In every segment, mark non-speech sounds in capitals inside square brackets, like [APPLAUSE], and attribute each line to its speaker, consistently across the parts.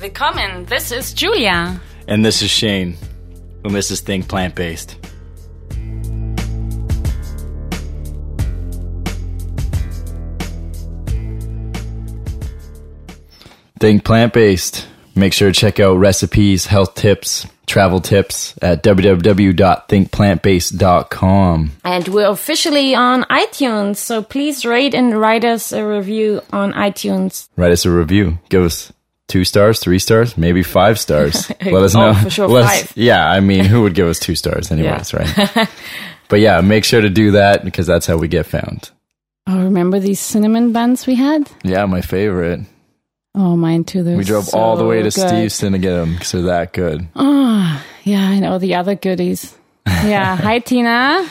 Speaker 1: Willkommen. This is Julia.
Speaker 2: And this is Shane, who misses thing plant based. Thing plant based. Make sure to check out recipes, health tips, travel tips at www.thinkplantbased.com.
Speaker 3: And we're officially on iTunes, so please rate and write us a review on iTunes.
Speaker 2: Write us a review. Give us two stars, three stars, maybe five
Speaker 3: [LAUGHS]
Speaker 2: stars. Let us
Speaker 3: Oh,
Speaker 2: know.
Speaker 3: for sure,
Speaker 2: Let us-
Speaker 3: five.
Speaker 2: yeah, I mean, who would give us
Speaker 3: [LAUGHS]
Speaker 2: two stars, anyways, right? but yeah, make sure to do that because that's how we get found.
Speaker 3: Oh, remember these cinnamon buns we had?
Speaker 2: Yeah, my favorite.
Speaker 3: Oh, mine too. They're
Speaker 2: We drove
Speaker 3: so
Speaker 2: all the way to
Speaker 3: good.
Speaker 2: Steveston to get them because they're that good.
Speaker 3: Oh, yeah, and all the other
Speaker 2: [LAUGHS]
Speaker 3: goodies. Yeah. Hi, Tina.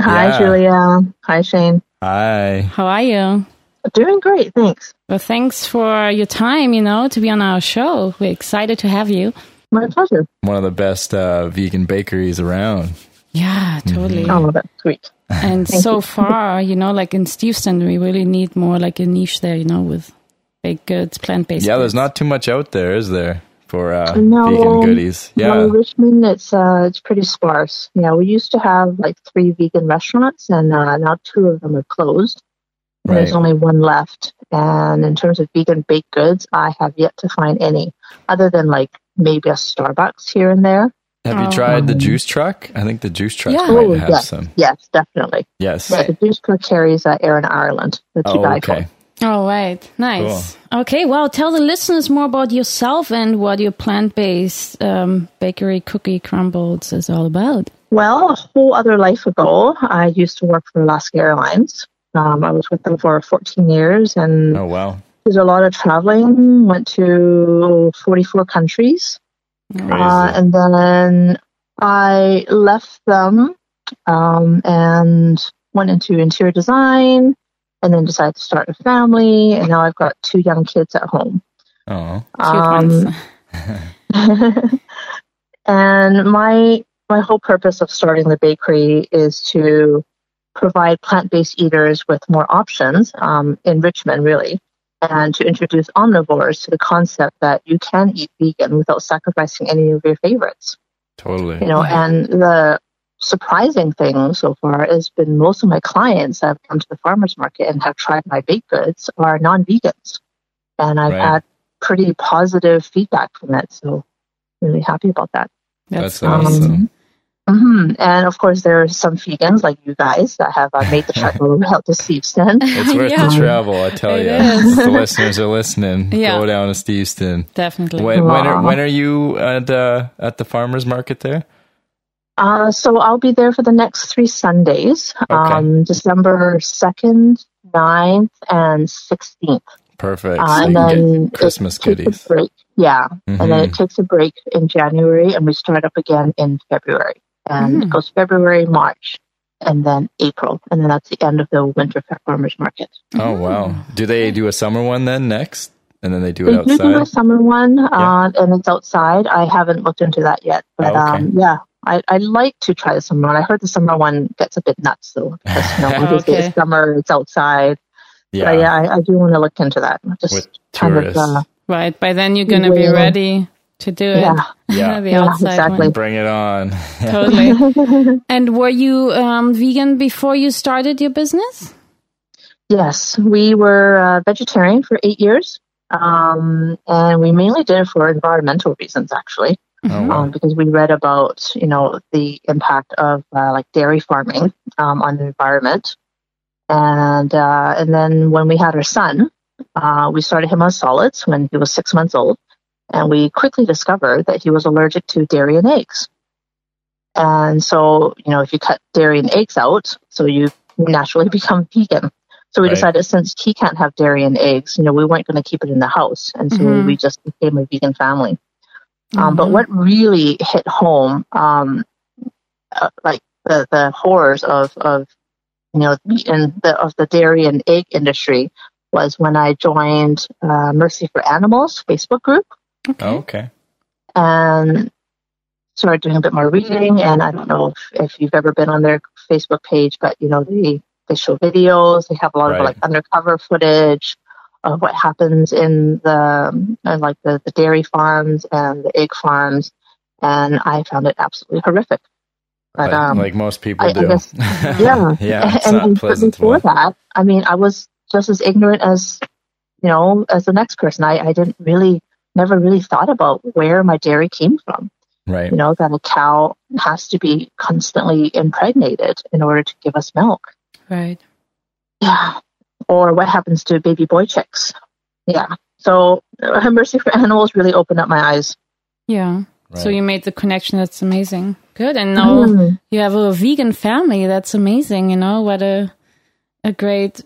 Speaker 4: Hi,
Speaker 2: Yeah.
Speaker 4: Julia. Hi, Shane.
Speaker 2: Hi.
Speaker 3: How are you?
Speaker 4: Doing great, thanks.
Speaker 3: Well, thanks for your time, you know, to be on our show. We're excited to have you.
Speaker 4: My pleasure.
Speaker 2: One of the best uh, vegan bakeries around.
Speaker 3: Yeah,
Speaker 2: Mm-hmm.
Speaker 3: totally.
Speaker 4: Oh, that's sweet.
Speaker 3: And so far, you know, like in Steveston, we really need more like a niche there, you know, with baked goods, plant based.
Speaker 2: Yeah, there's not too much out there, is there, for uh,
Speaker 4: No,
Speaker 2: vegan
Speaker 4: um,
Speaker 2: goodies?
Speaker 4: Well,
Speaker 2: Yeah.
Speaker 4: in Richmond, it's uh, it's pretty sparse. Yeah, we used to have like three vegan restaurants, and uh, now two of them are closed. And There's
Speaker 2: Right.
Speaker 4: only one left. And in terms of vegan baked goods, I have yet to find any, other than like maybe a Starbucks here and there.
Speaker 2: Have you
Speaker 3: Oh.
Speaker 2: tried the juice truck? I think the juice truck
Speaker 3: Yeah.
Speaker 2: might
Speaker 4: Oh,
Speaker 2: have
Speaker 4: yes,
Speaker 2: some.
Speaker 4: yes, definitely.
Speaker 2: Yes.
Speaker 4: But the juice crew carries uh, Aaron Ireland, the two
Speaker 2: Oh,
Speaker 4: guy
Speaker 2: okay.
Speaker 3: All right. Nice. Okay. Well, tell the listeners more about yourself and what your plant based um, bakery cookie crumbles is all about.
Speaker 4: Well, a whole other life ago, I used to work for Alaska Airlines. Um, I was with them for 14 years and
Speaker 2: Oh, wow.
Speaker 4: did a lot of traveling, went to 44 countries.
Speaker 2: Crazy.
Speaker 4: Uh, and then I left them um, and went into interior design and then decided to start a family. And now I've got two young kids at home.
Speaker 2: oh,
Speaker 3: Cute
Speaker 4: Um,
Speaker 3: ones.
Speaker 4: [LAUGHS] and my my whole purpose of starting the bakery is to provide plant-based eaters with more options um, in Richmond, really, and to introduce omnivores to the concept that you can eat vegan without sacrificing any of your favorites.
Speaker 2: totally.
Speaker 4: You know, and the surprising thing so far has been most of my clients that have come to the farmers market and have tried my baked goods are non-vegans, and I've
Speaker 2: Right.
Speaker 4: had pretty positive feedback from it. So, really happy about that.
Speaker 2: That's,
Speaker 3: That's
Speaker 2: awesome.
Speaker 3: awesome.
Speaker 4: hmm And of course, there are some vegans like you guys that have uh,
Speaker 3: [LAUGHS]
Speaker 4: made the shuttle out to Steveston.
Speaker 2: It's
Speaker 4: [LAUGHS]
Speaker 2: worth
Speaker 3: Yeah.
Speaker 2: the travel, I tell
Speaker 3: It
Speaker 2: you.
Speaker 3: is.
Speaker 2: The listeners are listening.
Speaker 3: Yeah.
Speaker 2: Go down to Steveston.
Speaker 3: Definitely.
Speaker 2: When, when, are,
Speaker 4: Aw.
Speaker 2: when are you at, uh, at the farmer's market there?
Speaker 4: Uh, so I'll be there for the next three Sundays um, December 2nd, 9th, and 16th.
Speaker 2: Perfect.
Speaker 4: Uh,
Speaker 2: so you
Speaker 4: and
Speaker 2: can
Speaker 4: then
Speaker 2: get Christmas
Speaker 4: it takes
Speaker 2: goodies.
Speaker 4: A break. Yeah. And then
Speaker 2: Mhm.
Speaker 4: it takes a break in January, and we start up again in February. And it goes February, March, and then April. And then that's the end of the winter farmers market.
Speaker 2: Oh wow! Do they do a summer one then next, and then they do it
Speaker 4: They do do a
Speaker 2: outside?
Speaker 4: summer one, uh, and it's outside. I haven't looked into that yet, but
Speaker 2: Oh, okay.
Speaker 4: um, yeah, I, I like to try the summer one. I heard the summer one gets a bit nuts
Speaker 2: [LAUGHS]
Speaker 4: though, because you know, obviously
Speaker 3: Okay.
Speaker 4: it's summer, it's outside.
Speaker 2: Yeah,
Speaker 4: But yeah, I, I do want to look into that. Just
Speaker 2: with
Speaker 4: kind of,
Speaker 2: tourists.
Speaker 4: uh,
Speaker 3: Right. By then, you're going to be
Speaker 4: Yeah.
Speaker 3: ready to do [LAUGHS] it.
Speaker 4: Yeah.
Speaker 2: Yeah.
Speaker 3: the
Speaker 4: Yeah,
Speaker 3: outside
Speaker 4: exactly.
Speaker 3: one.
Speaker 2: Bring it on!
Speaker 4: [LAUGHS]
Speaker 3: Totally. and were you um, vegan before you started your business?
Speaker 4: yes, we were uh, vegetarian for eight years, um, and we mainly did it for environmental reasons, actually.
Speaker 2: Oh, wow.
Speaker 4: um, because we read about you know the impact of uh, like dairy farming um, on the environment, and uh, and then when we had our son, uh, we started him on solids when he was six months old, and we quickly discovered that he was allergic to dairy and eggs, and so you know if you cut dairy and eggs out, so you naturally [LAUGHS] become vegan. So we
Speaker 2: Right.
Speaker 4: decided since he can't have dairy and eggs, you know, we weren't going to keep it in the house, and so
Speaker 3: Mhm.
Speaker 4: we just became a vegan family. Um,
Speaker 3: Mm-hmm.
Speaker 4: But what really hit home, um, uh, like the, the horrors of, of you know meat and the of the dairy and egg industry, was when I joined uh, Mercy for Animals Facebook group
Speaker 2: Oh, okay.
Speaker 4: and started doing a bit more reading. And I don't know if, if you've ever been on their Facebook page, but you know they they show videos. They have a lot
Speaker 2: Right.
Speaker 4: of like undercover footage of what happens in the um, like the, the dairy farms and the egg farms, and I found it absolutely horrific.
Speaker 2: But, um, like most people
Speaker 4: I- I
Speaker 2: do. [LAUGHS]
Speaker 4: guess- yeah,
Speaker 2: yeah, it's
Speaker 4: [LAUGHS] and,
Speaker 2: not
Speaker 4: and
Speaker 2: pleasant to
Speaker 4: before
Speaker 2: watch.
Speaker 4: that, I mean, I was just as ignorant as you know as the next person. I, I didn't really, never really thought about where my dairy came from.
Speaker 2: Right.
Speaker 4: You know that a cow has to be constantly impregnated in order to give us milk.
Speaker 1: Right.
Speaker 4: Yeah. Or what happens to baby boy chicks? Yeah. So uh, [LAUGHS] Mercy for Animals really opened up my eyes.
Speaker 3: Yeah.
Speaker 2: right.
Speaker 3: So you made the connection. That's amazing. Good. And now
Speaker 4: Mhm.
Speaker 3: you have a vegan family. That's amazing. You know what a a great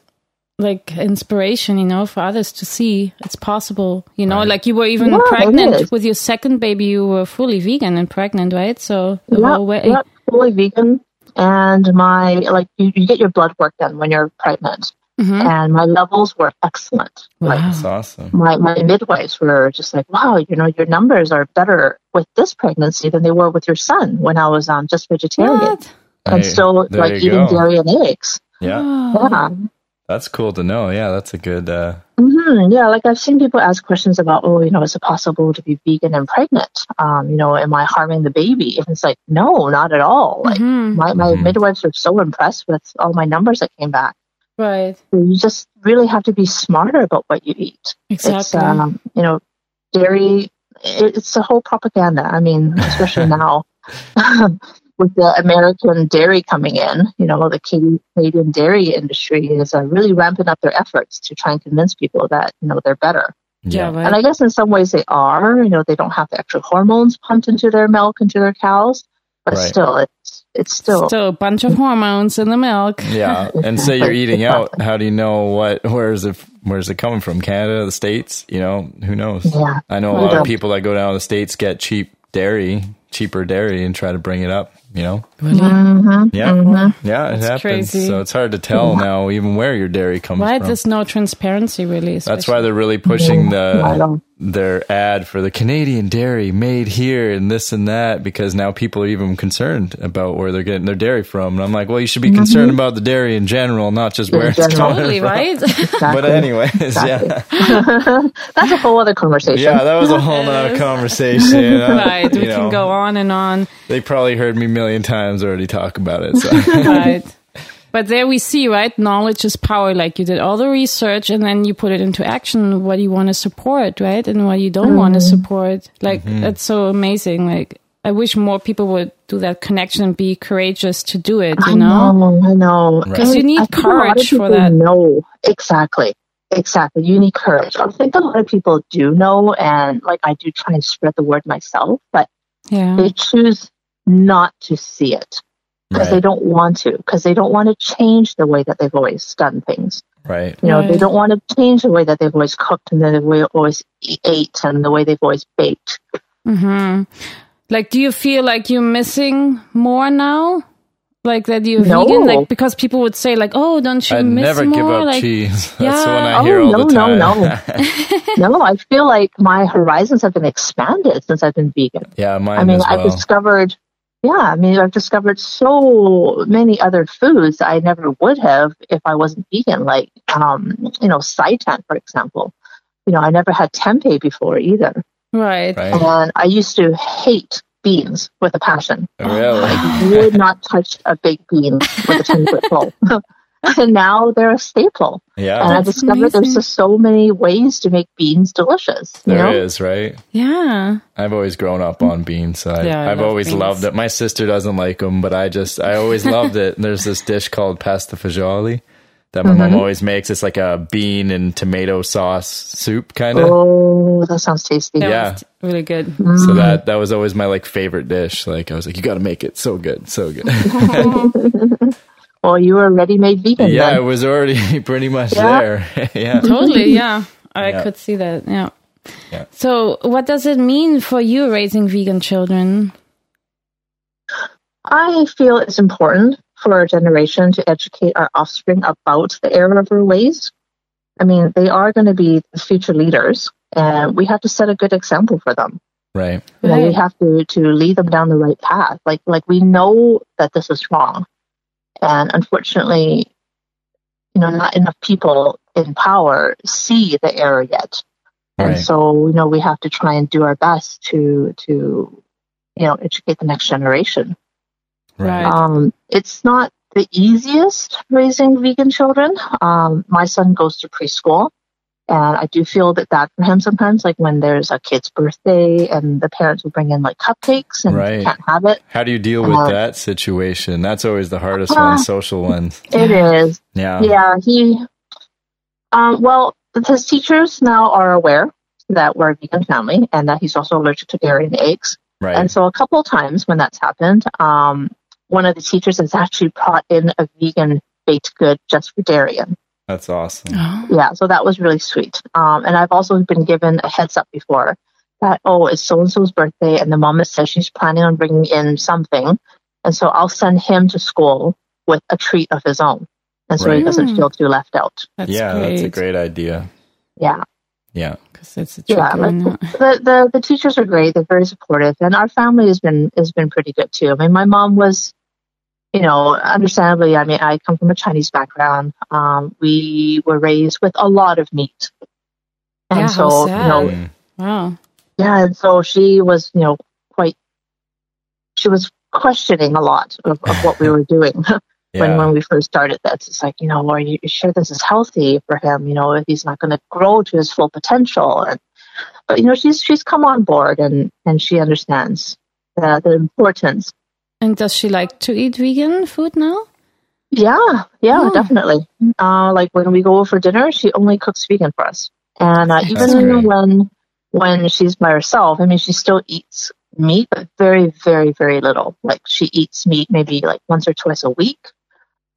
Speaker 3: like inspiration. You know for others to see it's possible. You know,
Speaker 2: Right.
Speaker 3: like you were even
Speaker 4: Yeah, it
Speaker 3: pregnant
Speaker 4: is.
Speaker 3: with your second baby. You were fully vegan and pregnant, right? So the
Speaker 4: Yep,
Speaker 3: whole way.
Speaker 4: yep, fully vegan. And my like you, you get your blood work done when you're pregnant,
Speaker 3: Mhm.
Speaker 4: and my levels were excellent. Like
Speaker 2: That's awesome.
Speaker 4: my my midwives were just like, wow, you know, your numbers are better with this pregnancy than they were with your son when I was um just vegetarian
Speaker 3: What?
Speaker 2: Hey,
Speaker 4: and still
Speaker 2: there
Speaker 4: like
Speaker 2: you
Speaker 4: eating
Speaker 2: go.
Speaker 4: dairy and eggs.
Speaker 2: Yeah,
Speaker 3: Oh.
Speaker 4: Yeah,
Speaker 2: that's cool to know. Yeah, that's a good. Uh,
Speaker 4: hmm Yeah, like I've seen people ask questions about, oh, you know, is it possible to be vegan and pregnant? Um, you know, am I harming the baby? And it's like, no, not at all. Like
Speaker 3: Mhm.
Speaker 4: my, my
Speaker 2: Mhm.
Speaker 4: midwives were so impressed with all my numbers that came back.
Speaker 3: Right.
Speaker 4: You just really have to be smarter about what you eat. It's,
Speaker 3: Exactly.
Speaker 4: um, you know, dairy. it- It's a whole propaganda. I mean, especially now [LAUGHS] with the American dairy coming in, you know, the Canadian- Canadian dairy industry is uh, really ramping up their efforts to try and convince people that you know they're better.
Speaker 3: yeah.
Speaker 2: yeah,
Speaker 3: Right.
Speaker 4: And I guess in some ways they are. You know, they don't have the extra hormones pumped into their milk into their cows, but
Speaker 2: Right.
Speaker 4: still, it's it's still
Speaker 3: Still a bunch of hormones in the milk.
Speaker 2: yeah. And say you're eating out. How do you know what? Where is it? Where's it coming from? Canada, the states? You know, who knows?
Speaker 4: Yeah.
Speaker 2: I know a
Speaker 4: We
Speaker 2: lot of
Speaker 4: don't.
Speaker 2: people that go down to the states get cheap dairy, cheaper dairy, and try to bring it up. You know,
Speaker 3: Mm-hmm.
Speaker 4: Mhm.
Speaker 2: yeah, yeah, it
Speaker 3: That's
Speaker 2: happens.
Speaker 3: crazy.
Speaker 2: So it's hard to tell now, even where your dairy comes
Speaker 3: Right.
Speaker 2: from.
Speaker 3: There's no transparency, really.
Speaker 2: That's
Speaker 3: especially-
Speaker 2: why they're really pushing
Speaker 4: I
Speaker 2: the
Speaker 4: don't-
Speaker 2: their ad for the Canadian dairy made here and this and that because now people are even concerned about where they're getting their dairy from. And I'm like, well, you should be concerned about the dairy in general, not just where it's
Speaker 4: Mm-hmm. general.
Speaker 3: Totally
Speaker 2: coming from.
Speaker 3: right. [LAUGHS]
Speaker 2: [LAUGHS] But anyways, yeah,
Speaker 4: That's a whole other conversation.
Speaker 2: yeah, that was a whole nother conversation.
Speaker 4: [LAUGHS]
Speaker 2: Uh,
Speaker 3: right.
Speaker 2: [LAUGHS] You
Speaker 3: We can
Speaker 2: know,
Speaker 3: go on and on.
Speaker 2: They probably heard me a million times already talk about
Speaker 4: [LAUGHS]
Speaker 2: it. So.
Speaker 3: Right. [LAUGHS] But there we see, right? Knowledge is power. Like you did all the research and then you put it into action, what you want to support, right? And what you don't want to support. Like,
Speaker 2: Mm-hmm.
Speaker 3: that's so amazing. Like, I wish more people would do that connection and be courageous to do it, you know?
Speaker 4: I know.
Speaker 3: 'Cause you
Speaker 4: And
Speaker 3: need
Speaker 4: I think a lot of
Speaker 3: courage for
Speaker 4: people
Speaker 3: that.
Speaker 4: Know exactly, exactly. You need courage. I think a lot of people do know, and like I do try and spread the word myself, but
Speaker 3: Yeah.
Speaker 4: they choose not to see it because they
Speaker 2: Right.
Speaker 4: don't want to, because they don't want to change the way that they've always done things.
Speaker 2: Right.
Speaker 4: You know, they
Speaker 3: Right.
Speaker 4: don't want to change the way that they've always cooked and the way they've always e- ate and the way they've always baked.
Speaker 3: hmm Like, do you feel like you're missing more now? Like that you're
Speaker 4: No.
Speaker 3: vegan, like because people would say, like, "Oh, don't you
Speaker 2: I'd
Speaker 3: miss
Speaker 2: never
Speaker 3: more?"
Speaker 2: give up
Speaker 3: like,
Speaker 2: cheese. [LAUGHS] That's the
Speaker 3: yeah.
Speaker 2: one I
Speaker 4: Oh,
Speaker 2: hear all
Speaker 4: no,
Speaker 2: the time.
Speaker 4: no, no, I feel like my horizons have been expanded since I've been vegan.
Speaker 2: yeah, mine
Speaker 4: I mean,
Speaker 2: as well.
Speaker 4: I've discovered, yeah, I mean, I've discovered so many other foods that I never would have if I wasn't vegan, like, um, you know, seitan, for example. You know, I never had tempeh before either.
Speaker 3: right?
Speaker 4: [LAUGHS]
Speaker 2: right.
Speaker 4: And I used to hate beans with a passion.
Speaker 2: Really? [LAUGHS]
Speaker 4: Would not touch a baked bean with a 10 foot pole. [LAUGHS] and now they're a staple. and
Speaker 2: Yeah,
Speaker 4: I
Speaker 3: That's
Speaker 4: discovered there's
Speaker 3: amazing.
Speaker 4: just so many ways to make beans delicious. You
Speaker 2: there
Speaker 4: know?
Speaker 2: is, right?
Speaker 3: Yeah,
Speaker 2: I've always grown up on beans. So I,
Speaker 3: Yeah, I
Speaker 2: I've
Speaker 3: love
Speaker 2: always
Speaker 3: beans.
Speaker 2: loved it. My sister doesn't like them, but I just, I always loved it. And there's this dish called pasta fagioli that my mom always makes. It's like a bean and tomato sauce soup kind of.
Speaker 4: Oh, that sounds tasty.
Speaker 3: that
Speaker 2: Yeah.
Speaker 3: was really good.
Speaker 2: So that, that was always my like favorite dish. Like I was like, you got to make it so good, so good. [LAUGHS]
Speaker 4: Well, you were ready made vegan.
Speaker 2: yeah, it
Speaker 4: then.
Speaker 2: was already [LAUGHS] pretty much
Speaker 4: Yeah.
Speaker 2: there. [LAUGHS] yeah.
Speaker 4: [LAUGHS]
Speaker 3: totally, yeah, I
Speaker 2: Yeah.
Speaker 3: could see that. Yeah.
Speaker 2: Yeah.
Speaker 3: So, what does it mean for you raising vegan children?
Speaker 4: I feel it's important for our generation to educate our offspring about the error of our ways. I mean, they are going to be the future leaders, and we have to set a good example for them.
Speaker 2: Right.
Speaker 4: You know,
Speaker 3: Right.
Speaker 4: we have to, to lead them down the right path. Like, like we know that this is wrong, and unfortunately, you know, not enough people in power see the error yet. And
Speaker 2: Right.
Speaker 4: so, you know, we have to try and do our best to to you know educate the next generation.
Speaker 2: right.
Speaker 3: Right.
Speaker 4: Um, it's not the easiest raising vegan children. Um, my son goes to preschool, and I do feel that that for him sometimes, like when there's a kid's birthday and the parents will bring in like cupcakes and
Speaker 2: Right.
Speaker 4: you can't have it.
Speaker 2: How do you deal with
Speaker 4: Uh,
Speaker 2: that situation? That's always the hardest
Speaker 4: Uh,
Speaker 2: one, social ones.
Speaker 4: It is,
Speaker 2: Yeah.
Speaker 4: yeah. He, um, well, his teachers now are aware that we're a vegan family and that he's also allergic to dairy and eggs. And
Speaker 2: Right.
Speaker 4: so a couple times when that's happened, um, one of the teachers has actually brought in a vegan baked good just for Darien.
Speaker 2: That's awesome.
Speaker 1: Oh.
Speaker 4: Yeah, so that was really sweet. Um, and I've also been given a heads up before that, oh, it's so and so's birthday, and the mama says she's planning on bringing in something. And so I'll send him to school with a treat of his own. And so he
Speaker 2: Right.
Speaker 4: doesn't
Speaker 3: Mm.
Speaker 4: feel too left out.
Speaker 3: That's
Speaker 2: yeah,
Speaker 3: great.
Speaker 2: that's a great idea.
Speaker 4: Yeah.
Speaker 2: Yeah.
Speaker 3: Because it's a tricky
Speaker 4: Yeah. but
Speaker 3: one.
Speaker 4: The, the the teachers are great. They're very supportive, and our family has been has been pretty good too. I mean, my mom was, you know, understandably. I mean, I come from a Chinese background. Um, we were raised with a lot of meat, and
Speaker 3: Yeah, how
Speaker 4: so you
Speaker 3: sad.
Speaker 4: know,
Speaker 2: Mm.
Speaker 3: Wow.
Speaker 4: yeah, and so she was, you know, quite. She was questioning a lot of, of what we were doing [LAUGHS] when
Speaker 2: Yeah.
Speaker 4: when we first started this. It's like, you know, are you sure this is healthy for him? You know, if he's not going to grow to his full potential. And, but you know, she's she's come on board and and she understands the, the importance.
Speaker 3: And does she like to eat vegan food now?
Speaker 4: Yeah, yeah,
Speaker 3: Oh.
Speaker 4: definitely. Uh, like when we go for dinner, she only cooks vegan for us. And uh,
Speaker 2: That's great.
Speaker 4: even when when she's by herself, I mean, she still eats meat, but very, very, very little. Like she eats meat maybe like once or twice a week.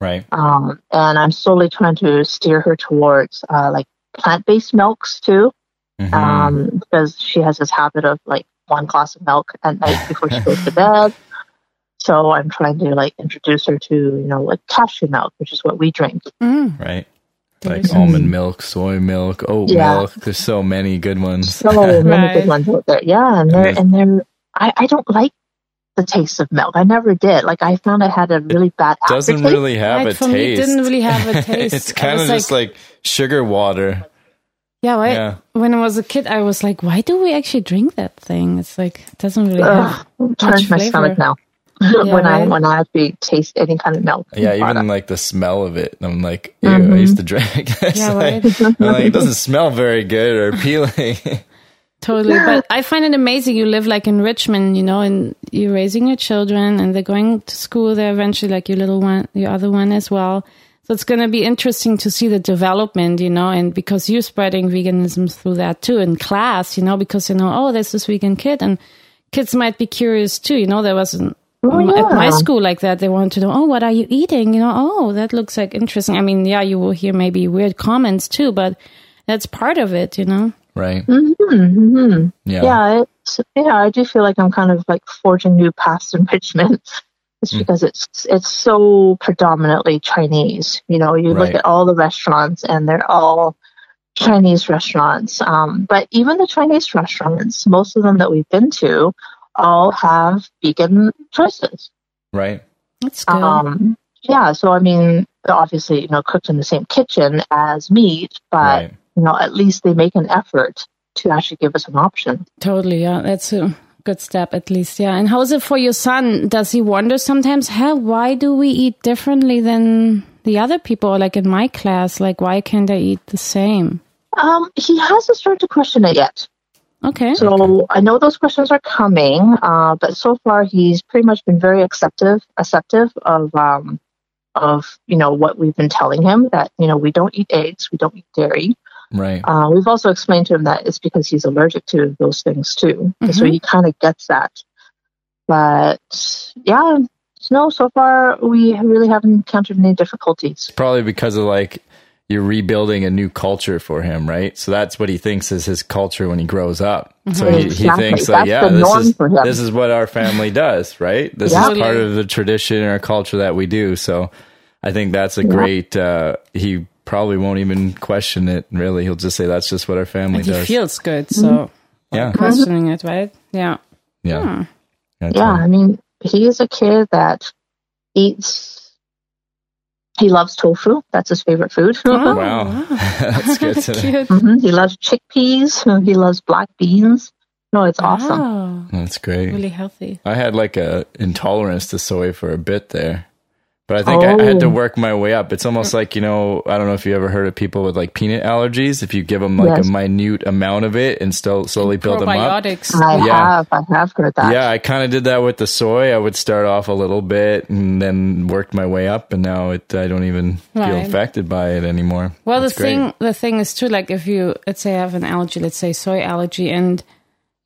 Speaker 2: Right.
Speaker 4: um, and I'm slowly trying to steer her towards uh, like plant-based milks too,
Speaker 2: Mhm.
Speaker 4: um, because she has this habit of like one glass of milk at night before she goes
Speaker 2: [LAUGHS]
Speaker 4: to bed. So I'm trying to like introduce her to you know like cashew milk, which is what we drink.
Speaker 3: Mm.
Speaker 2: right.
Speaker 3: Delicious.
Speaker 2: Like almond milk, soy milk, oat
Speaker 4: Yeah.
Speaker 2: milk. There's so many good ones. [LAUGHS]
Speaker 4: So many
Speaker 3: Right.
Speaker 4: good ones out there, yeah. And they're
Speaker 2: Yeah.
Speaker 4: and they're I, I don't like the taste of milk. I never did. Like I found I had a really bad
Speaker 2: doesn't
Speaker 4: aftertaste.
Speaker 2: really have
Speaker 3: Right,
Speaker 2: a
Speaker 3: for me, it
Speaker 2: taste. [LAUGHS]
Speaker 3: didn't really have a taste.
Speaker 2: it's
Speaker 3: I
Speaker 2: kind
Speaker 3: was
Speaker 2: of just like sugar water.
Speaker 3: Yeah, right.
Speaker 2: Yeah.
Speaker 3: When I was a kid, I was like, why do we actually drink that thing? It's like, it doesn't really
Speaker 4: Ugh,
Speaker 3: have.
Speaker 4: turns my
Speaker 3: flavor.
Speaker 4: stomach now. [LAUGHS] when I
Speaker 3: right.
Speaker 4: when I actually taste any kind of milk.
Speaker 2: Yeah,
Speaker 4: product.
Speaker 2: even like the smell of it. I'm like, ew, I
Speaker 4: Mhm.
Speaker 2: used to drink [LAUGHS] this.
Speaker 3: Yeah,
Speaker 2: like,
Speaker 3: right.
Speaker 2: I'm like, it doesn't smell very good or appealing. [LAUGHS]
Speaker 3: Totally. But I find it amazing. You live like in Richmond, you know, and you're raising your children and they're going to school there eventually, like your little one, your other one as well. So it's going to be interesting to see the development, you know, and because you're spreading veganism through that too in class, you know, because you know, oh, there's this vegan kid and kids might be curious too. You know, there was an, at my
Speaker 4: yeah.
Speaker 3: school like that, they wanted to know, oh, what are you eating? You know, oh, that looks like interesting. I mean, yeah, you will hear maybe weird comments too, but that's part of it, you know?
Speaker 2: right.
Speaker 4: hmm
Speaker 2: Yeah.
Speaker 4: Yeah, it's, yeah. I do feel like I'm kind of like forging new paths in Richmond. [LAUGHS] It's
Speaker 2: Hmm.
Speaker 4: because it's it's so predominantly Chinese. You know, you
Speaker 2: Right.
Speaker 4: look at all the restaurants and they're all Chinese restaurants. Um, but even the Chinese restaurants, most of them that we've been to, all have vegan choices.
Speaker 2: Right.
Speaker 3: That's good.
Speaker 4: Um, yeah, so I mean, obviously, you know, cooked in the same kitchen as meat, but
Speaker 2: Right.
Speaker 4: you know, at least they make an effort to actually give us an option.
Speaker 3: Totally, yeah. That's a good step, at least, yeah. And how's it for your son? Does he wonder sometimes, how, why do we eat differently than the other people? Or like in my class, like, why can't I eat the same?
Speaker 4: Um, he hasn't started to question it yet.
Speaker 3: Okay.
Speaker 4: So I know those questions are coming, uh, but so far he's pretty much been very acceptive, acceptive of, um, of you know what we've been telling him that you know we don't eat eggs, we don't eat dairy.
Speaker 2: Right.
Speaker 4: Uh, we've also explained to him that it's because he's allergic to those things too, so
Speaker 3: Mhm.
Speaker 4: he kind of gets that. But yeah, no, so far we really haven't encountered any difficulties.
Speaker 2: Probably because of like you're rebuilding a new culture for him, right? So that's what he thinks is his culture when he grows up. So he, he
Speaker 4: Mm-hmm. Exactly.
Speaker 2: thinks like,
Speaker 4: That's
Speaker 2: yeah,
Speaker 4: the norm
Speaker 2: this is
Speaker 4: for him.
Speaker 2: this is what our family does, right? This
Speaker 4: Yeah.
Speaker 2: is part of the tradition or culture that we do. So I think that's a great. Uh, he probably won't even question it. Really, he'll just say that's just what our family
Speaker 3: he
Speaker 2: does.
Speaker 3: feels good, so
Speaker 2: yeah,
Speaker 3: [LAUGHS] questioning it, right? Yeah.
Speaker 2: yeah, That's
Speaker 4: Yeah,
Speaker 2: right.
Speaker 4: I mean, he is a kid that eats He loves tofu. That's his favorite
Speaker 2: [LAUGHS]
Speaker 4: food.
Speaker 3: Oh,
Speaker 2: wow. That's
Speaker 3: [LAUGHS]
Speaker 2: good
Speaker 4: [LAUGHS]
Speaker 2: to know.
Speaker 3: Cute.
Speaker 4: hmm He loves chickpeas. [LAUGHS] He loves black beans. No, it's
Speaker 2: Ah.
Speaker 4: awesome.
Speaker 3: Wow.
Speaker 2: That's great.
Speaker 3: Really healthy.
Speaker 2: I had like a intolerance to soy for a bit there. But I think I, I had to
Speaker 4: Oh.
Speaker 2: work my way up. It's almost like, you know, I don't know if you ever heard of people with like peanut allergies. If you give them like
Speaker 4: Yes.
Speaker 2: a minute amount of it and still slowly build them up.
Speaker 3: Probiotics.
Speaker 4: I
Speaker 2: Yeah.
Speaker 4: have. I have heard that.
Speaker 2: Yeah, I kind of did that with the soy. I would start off a little bit and then worked my way up, and now it, I don't even feel
Speaker 3: Right.
Speaker 2: affected by it anymore.
Speaker 3: Well,
Speaker 2: It's
Speaker 3: the
Speaker 2: great.
Speaker 3: thing the thing is too, like if you let's say have an allergy, let's say soy allergy, and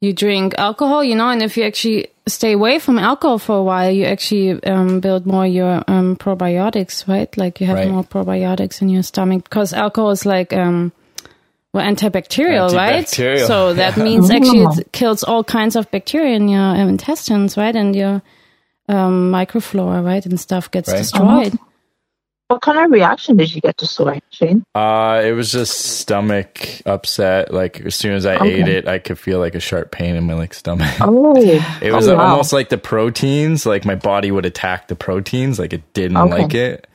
Speaker 3: you drink alcohol, you know, and if you actually stay away from alcohol for a while, you actually um, build more your um, probiotics, right? Like you have
Speaker 2: Right.
Speaker 3: more probiotics in your stomach because alcohol is like um, well antibacterial, right?
Speaker 2: Antibacterial, [LAUGHS]
Speaker 3: So that means actually it kills all kinds of bacteria in your um, intestines, right, and your um, microflora, right, and stuff gets
Speaker 2: Right.
Speaker 3: destroyed.
Speaker 4: What kind of reaction did you get to soy, Shane?
Speaker 2: Uh, it was just stomach upset. Like as soon as I
Speaker 4: Okay.
Speaker 2: ate it, I could feel like a sharp pain in my like stomach.
Speaker 4: Oh,
Speaker 2: It was
Speaker 4: oh, wow.
Speaker 2: almost like the proteins. Like my body would attack the proteins. Like it didn't
Speaker 4: Okay. Hmm.
Speaker 2: like it.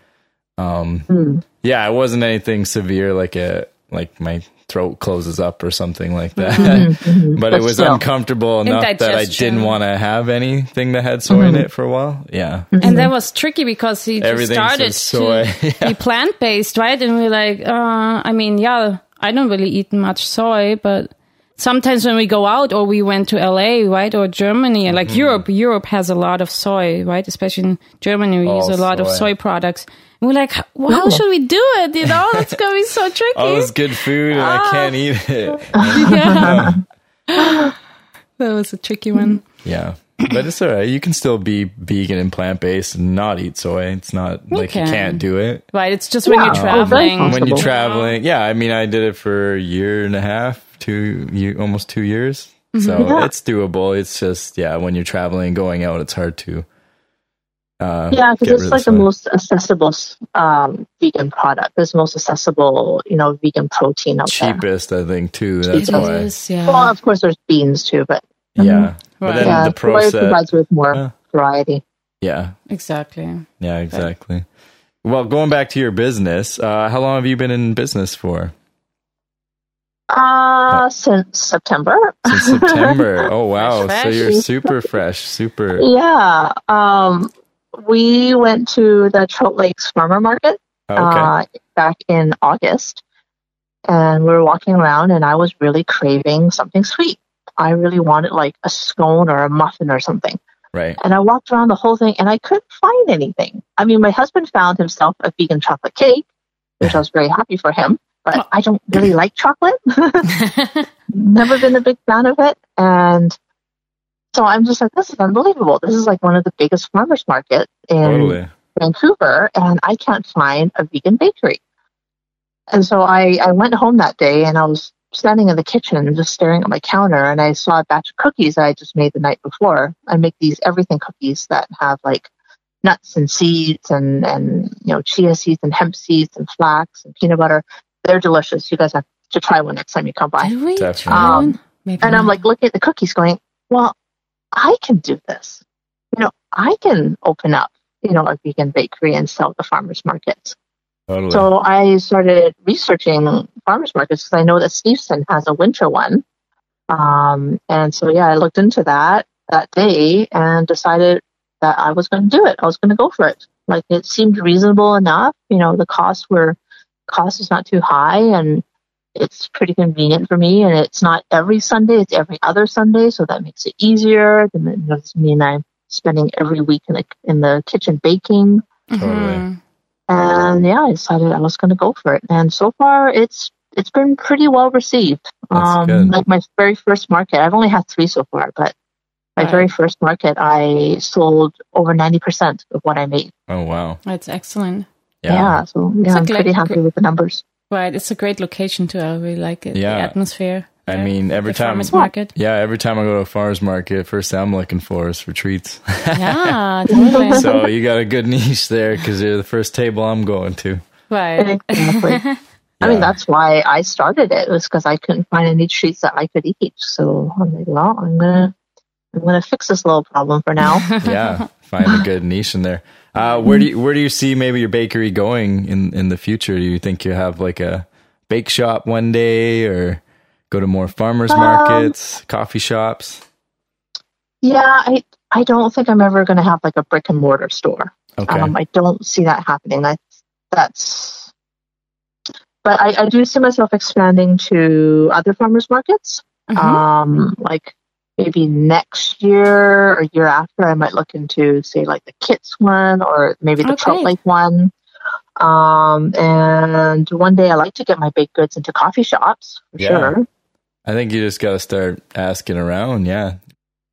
Speaker 2: Um, yeah, it wasn't anything severe. Like a like my throat closes up or something like that. [LAUGHS] but, it
Speaker 4: Mm-hmm, But
Speaker 2: was
Speaker 4: still.
Speaker 2: uncomfortable enough that I
Speaker 3: Indigestion.
Speaker 2: didn't want to have anything that had soy in
Speaker 4: Mm-hmm.
Speaker 2: it for a while. Yeah,
Speaker 3: And that was tricky because he just
Speaker 2: Everything
Speaker 3: started
Speaker 2: says soy. [LAUGHS]
Speaker 3: to be plant based, right? And we're like, uh, I mean, yeah, I don't really eat much soy, but sometimes when we go out or we went to LA, right, or Germany, like
Speaker 2: Mm-hmm.
Speaker 3: Europe, Europe has a lot of soy, right? Especially in Germany, we use
Speaker 2: All
Speaker 3: a lot of
Speaker 2: soy.
Speaker 3: soy products. And we're like, well, how should we do it? You know, it's gonna be
Speaker 2: [LAUGHS]
Speaker 3: so tricky. [LAUGHS]
Speaker 2: all this Oh, good food and
Speaker 4: Ah.
Speaker 2: I can't eat
Speaker 4: [LAUGHS]
Speaker 2: it.
Speaker 3: yeah.
Speaker 2: [LAUGHS]
Speaker 3: that was a tricky one.
Speaker 2: Yeah. But it's all right. You can still be vegan and plant based and not eat soy. It's not like you
Speaker 3: can.
Speaker 2: can't do it.
Speaker 3: Right, it's just when
Speaker 4: Yeah,
Speaker 3: you're
Speaker 4: oh, very
Speaker 3: traveling.
Speaker 4: possible.
Speaker 2: When you're
Speaker 4: Possible.
Speaker 2: traveling, yeah, I mean, I did it for a year and a half, two, you, almost two years. So
Speaker 4: Yeah.
Speaker 2: it's doable. It's just, yeah, when you're traveling and going out, it's hard to. Uh,
Speaker 4: yeah,
Speaker 2: get
Speaker 4: because
Speaker 2: rid
Speaker 4: it's
Speaker 2: of
Speaker 4: like the
Speaker 2: soy.
Speaker 4: most accessible um, vegan product. It's the most accessible, you know, vegan protein out there.
Speaker 2: cheapest, I think, too. That's
Speaker 3: It
Speaker 2: why.
Speaker 3: is, yeah.
Speaker 4: Well, of course, there's beans too, but
Speaker 2: Yeah.
Speaker 3: Right.
Speaker 2: But then
Speaker 4: yeah,
Speaker 2: the
Speaker 4: soy provides
Speaker 2: process.
Speaker 4: with more
Speaker 2: Yeah.
Speaker 4: variety.
Speaker 2: Yeah.
Speaker 3: exactly.
Speaker 2: Yeah, exactly. Well, going back to your business, uh, how long have you been in business for?
Speaker 4: Uh, since September, [LAUGHS]
Speaker 2: Since September. Oh wow!
Speaker 3: Fresh,
Speaker 2: So
Speaker 3: fresh.
Speaker 2: you're super fresh, super.
Speaker 4: yeah, um, we went to the Trout Lakes Farmer Market
Speaker 2: Okay.
Speaker 4: uh, back in August. And we were walking around, and I was really craving something sweet. I really wanted like a scone or a muffin or something.
Speaker 2: Right.
Speaker 4: And I walked around the whole thing, and I couldn't find anything. I mean, my husband found himself a vegan chocolate cake, which I was very happy for him. But I don't really like chocolate. [LAUGHS] Never been a big fan of it, and so I'm just like, this is unbelievable. This is like one of the biggest farmers market in
Speaker 2: Totally.
Speaker 4: Vancouver and I can't find a vegan bakery. And so I, I went home that day and I was standing in the kitchen just staring at my counter and I saw a batch of cookies that I just made the night before. I make these everything cookies that have like nuts and seeds and, and you know, chia seeds and hemp seeds and flax and peanut butter. They're delicious. You guys have to try one next time you come by.
Speaker 3: Did we
Speaker 2: Definitely.
Speaker 3: try one? Maybe
Speaker 4: And I'm
Speaker 3: not.
Speaker 4: like looking at the cookies going, well, I can do this. You know, I can open up, you know, a vegan bakery and sell at the farmers markets.
Speaker 2: Totally.
Speaker 4: So I started researching farmers markets because I know that Steveson has a winter one. Um, and so, yeah, I looked into that that day and decided that I was going to do it. I was going to go for it. Like it seemed reasonable enough. You know, the costs were, cost is not too high and it's pretty convenient for me. And it's not every Sunday, it's every other Sunday. So that makes it easier. Then it doesn't mean I'm spending every week in the, in the kitchen baking.
Speaker 3: hmm,
Speaker 2: totally.
Speaker 4: And yeah, I decided I was going to go for it. And so far, it's it's been pretty well received.
Speaker 2: That's
Speaker 4: Um,
Speaker 2: good.
Speaker 4: Like my very first market, I've only had three so far, but my
Speaker 3: Right.
Speaker 4: very first market, I sold over ninety percent of what I made.
Speaker 2: Oh wow.
Speaker 3: That's excellent.
Speaker 4: Yeah, so yeah,
Speaker 3: It's a
Speaker 4: I'm
Speaker 3: great-
Speaker 4: pretty happy with the numbers.
Speaker 3: Right, it's a great location too. I really like it.
Speaker 2: Yeah.
Speaker 3: The atmosphere.
Speaker 2: I mean, every
Speaker 3: the
Speaker 2: time.
Speaker 3: farmers
Speaker 2: [LAUGHS]
Speaker 3: market.
Speaker 2: Yeah, every time I go to a farmer's market, first thing I'm looking for is for treats. [LAUGHS]
Speaker 3: yeah, totally.
Speaker 2: so you got a good [LAUGHS] niche there because you're the first table I'm going to.
Speaker 3: right. [LAUGHS]
Speaker 4: Exactly. I
Speaker 2: Yeah.
Speaker 4: mean, that's why I started it was because I couldn't find any treats that I could eat. So I'm like, well, I'm gonna I'm gonna fix this little problem for now.
Speaker 2: yeah, find a good niche in there. Uh, where do you, where do you see maybe your bakery going in in the future? Do you think you have like a bake shop one day, or go to more farmers
Speaker 4: Um,
Speaker 2: markets, coffee shops?
Speaker 4: Yeah, I I don't think I'm ever going to have like a brick and mortar store.
Speaker 2: Okay,
Speaker 4: Um, I don't see that happening. I that's, but I, I do see myself expanding to other farmers markets.
Speaker 2: Mm-hmm.
Speaker 4: Um, like maybe next year or year after, I might look into say like the Kits one or maybe the
Speaker 3: Okay.
Speaker 4: Trout Lake one. Um, and one day I like to get my baked goods into coffee shops for
Speaker 2: Yeah.
Speaker 4: sure.
Speaker 2: I think you just got to start asking around. Yeah,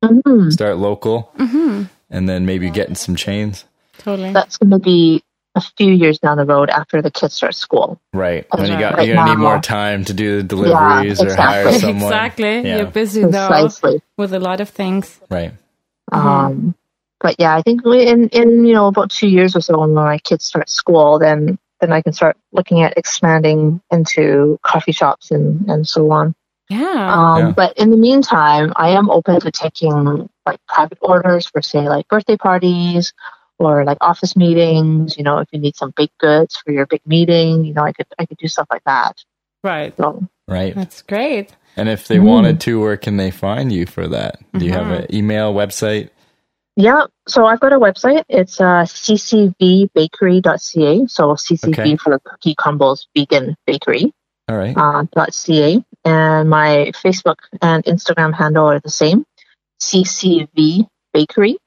Speaker 4: hmm
Speaker 2: start local,
Speaker 3: hmm
Speaker 2: and then maybe getting some chains.
Speaker 3: Totally.
Speaker 4: That's going to be a few years down the road after the kids start school.
Speaker 2: Right, and you
Speaker 3: Right.
Speaker 2: got
Speaker 4: Right
Speaker 2: you're gonna need
Speaker 4: now.
Speaker 2: more time to do the deliveries or hire
Speaker 4: [LAUGHS] exactly.
Speaker 2: someone.
Speaker 3: exactly.
Speaker 2: Yeah.
Speaker 3: You're busy though
Speaker 4: Precisely.
Speaker 3: with a lot of things.
Speaker 2: Right.
Speaker 4: Um, but yeah, I think we, in in you know about two years or so, when my kids start school, then then I can start looking at expanding into coffee shops and and so on.
Speaker 3: Yeah.
Speaker 4: Um,
Speaker 2: Yeah.
Speaker 4: But in the meantime, I am open to taking like private orders for say like birthday parties or like office meetings. You know, if you need some baked goods for your big meeting, you know, I could I could do stuff like that.
Speaker 3: right.
Speaker 4: So
Speaker 2: Right.
Speaker 4: Mm-hmm.
Speaker 3: That's great.
Speaker 2: And if they wanted to, where can they find you for that? Do you have
Speaker 3: Mm-hmm.
Speaker 2: an email, website?
Speaker 4: yeah, so I've got a website. It's uh, ccvbakery.ca. So ccv
Speaker 2: Okay.
Speaker 4: for Cookie Crumbles Vegan Bakery.
Speaker 2: All right.
Speaker 4: uh, .ca, and my Facebook and Instagram handle are the same, CCV Bakery.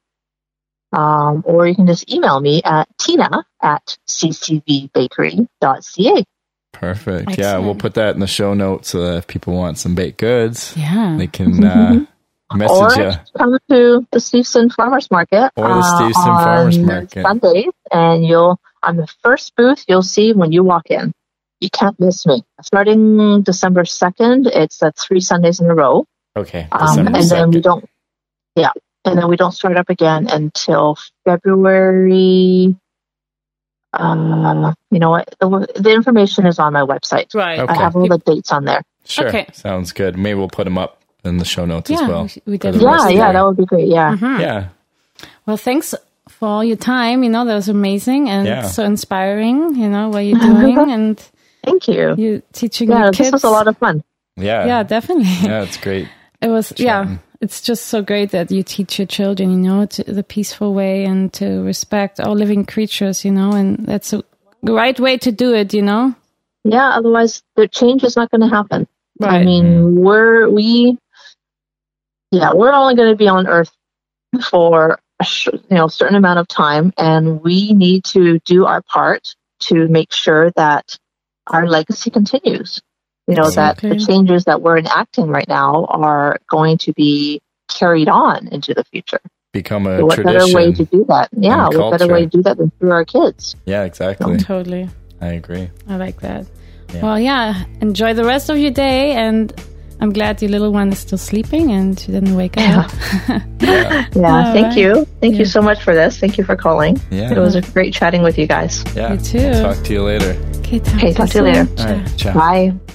Speaker 4: Um, or you can just email me at tina at ccvbakery.ca.
Speaker 2: Perfect. Yeah,
Speaker 3: Excellent.
Speaker 2: we'll put that in the show notes so that if people want some baked goods,
Speaker 3: Yeah.
Speaker 2: they can uh,
Speaker 4: Mm-hmm. Or
Speaker 2: message you.
Speaker 4: come to the Steveson Farmers Market uh,
Speaker 2: Or the Steveson
Speaker 4: on
Speaker 2: Farmers Market.
Speaker 4: Sundays, and you'll on the first booth you'll see when you walk in. You can't miss me. Starting December second, it's uh, three Sundays in a row.
Speaker 2: Okay.
Speaker 4: Um,
Speaker 2: December
Speaker 4: and then we
Speaker 2: 2nd.
Speaker 4: don't, yeah, and then we don't start up again until February. Uh, you know what? The, the information is on my website.
Speaker 3: Right.
Speaker 2: Okay.
Speaker 4: I have all the dates on there.
Speaker 2: Sure.
Speaker 3: Okay.
Speaker 2: Sounds good. Maybe we'll put them up in the show notes
Speaker 3: Yeah,
Speaker 2: as well.
Speaker 3: we should- we
Speaker 2: for the
Speaker 3: definitely
Speaker 2: rest
Speaker 4: Yeah,
Speaker 2: of
Speaker 4: yeah,
Speaker 2: the-
Speaker 4: that would be great. Yeah.
Speaker 3: Mm-hmm.
Speaker 2: yeah.
Speaker 3: Well, thanks for all your time. You know, that was amazing and
Speaker 2: Yeah.
Speaker 3: so inspiring, you know, what you're
Speaker 4: [LAUGHS]
Speaker 3: doing and
Speaker 4: Thank you.
Speaker 3: you teaching
Speaker 4: Yeah,
Speaker 3: your
Speaker 4: this
Speaker 3: Mm-hmm. kids.
Speaker 4: was a lot of fun.
Speaker 2: Yeah.
Speaker 3: yeah, definitely.
Speaker 2: Yeah, it's great.
Speaker 3: It was, yeah. It's just so great that you teach your children, you know, to the peaceful way and to respect all living creatures, you know, and that's a, the right way to do it, you know?
Speaker 4: Yeah, otherwise the change is not going to happen. I
Speaker 3: Right.
Speaker 4: mean, we're we, yeah, we're only going to be on Earth for a sh- you know certain amount of time, and we need to do our part to make sure that our legacy continues. You know that
Speaker 3: Exactly.
Speaker 4: the changes that we're enacting right now are going to be carried on into the future.
Speaker 2: Become a
Speaker 4: So what
Speaker 2: tradition.
Speaker 4: better way to do that? Yeah,
Speaker 2: and
Speaker 4: what better way to do that than through our kids?
Speaker 2: yeah, exactly.
Speaker 3: Totally.
Speaker 2: I agree.
Speaker 3: I like that.
Speaker 2: Yeah.
Speaker 3: Well, yeah. Enjoy the rest of your day. And I'm glad your little one is still sleeping and she didn't wake up.
Speaker 4: Yeah,
Speaker 3: All
Speaker 4: thank
Speaker 3: right.
Speaker 4: you, thank you so much for this. Thank you for calling.
Speaker 2: Yeah.
Speaker 4: It was a great chatting with you guys.
Speaker 2: Yeah.
Speaker 3: You too.
Speaker 2: We'll talk to you later.
Speaker 3: [LAUGHS] Okay, talk,
Speaker 4: Okay, talk to you
Speaker 3: soon.
Speaker 4: later.
Speaker 2: All right. Ciao.
Speaker 4: Bye.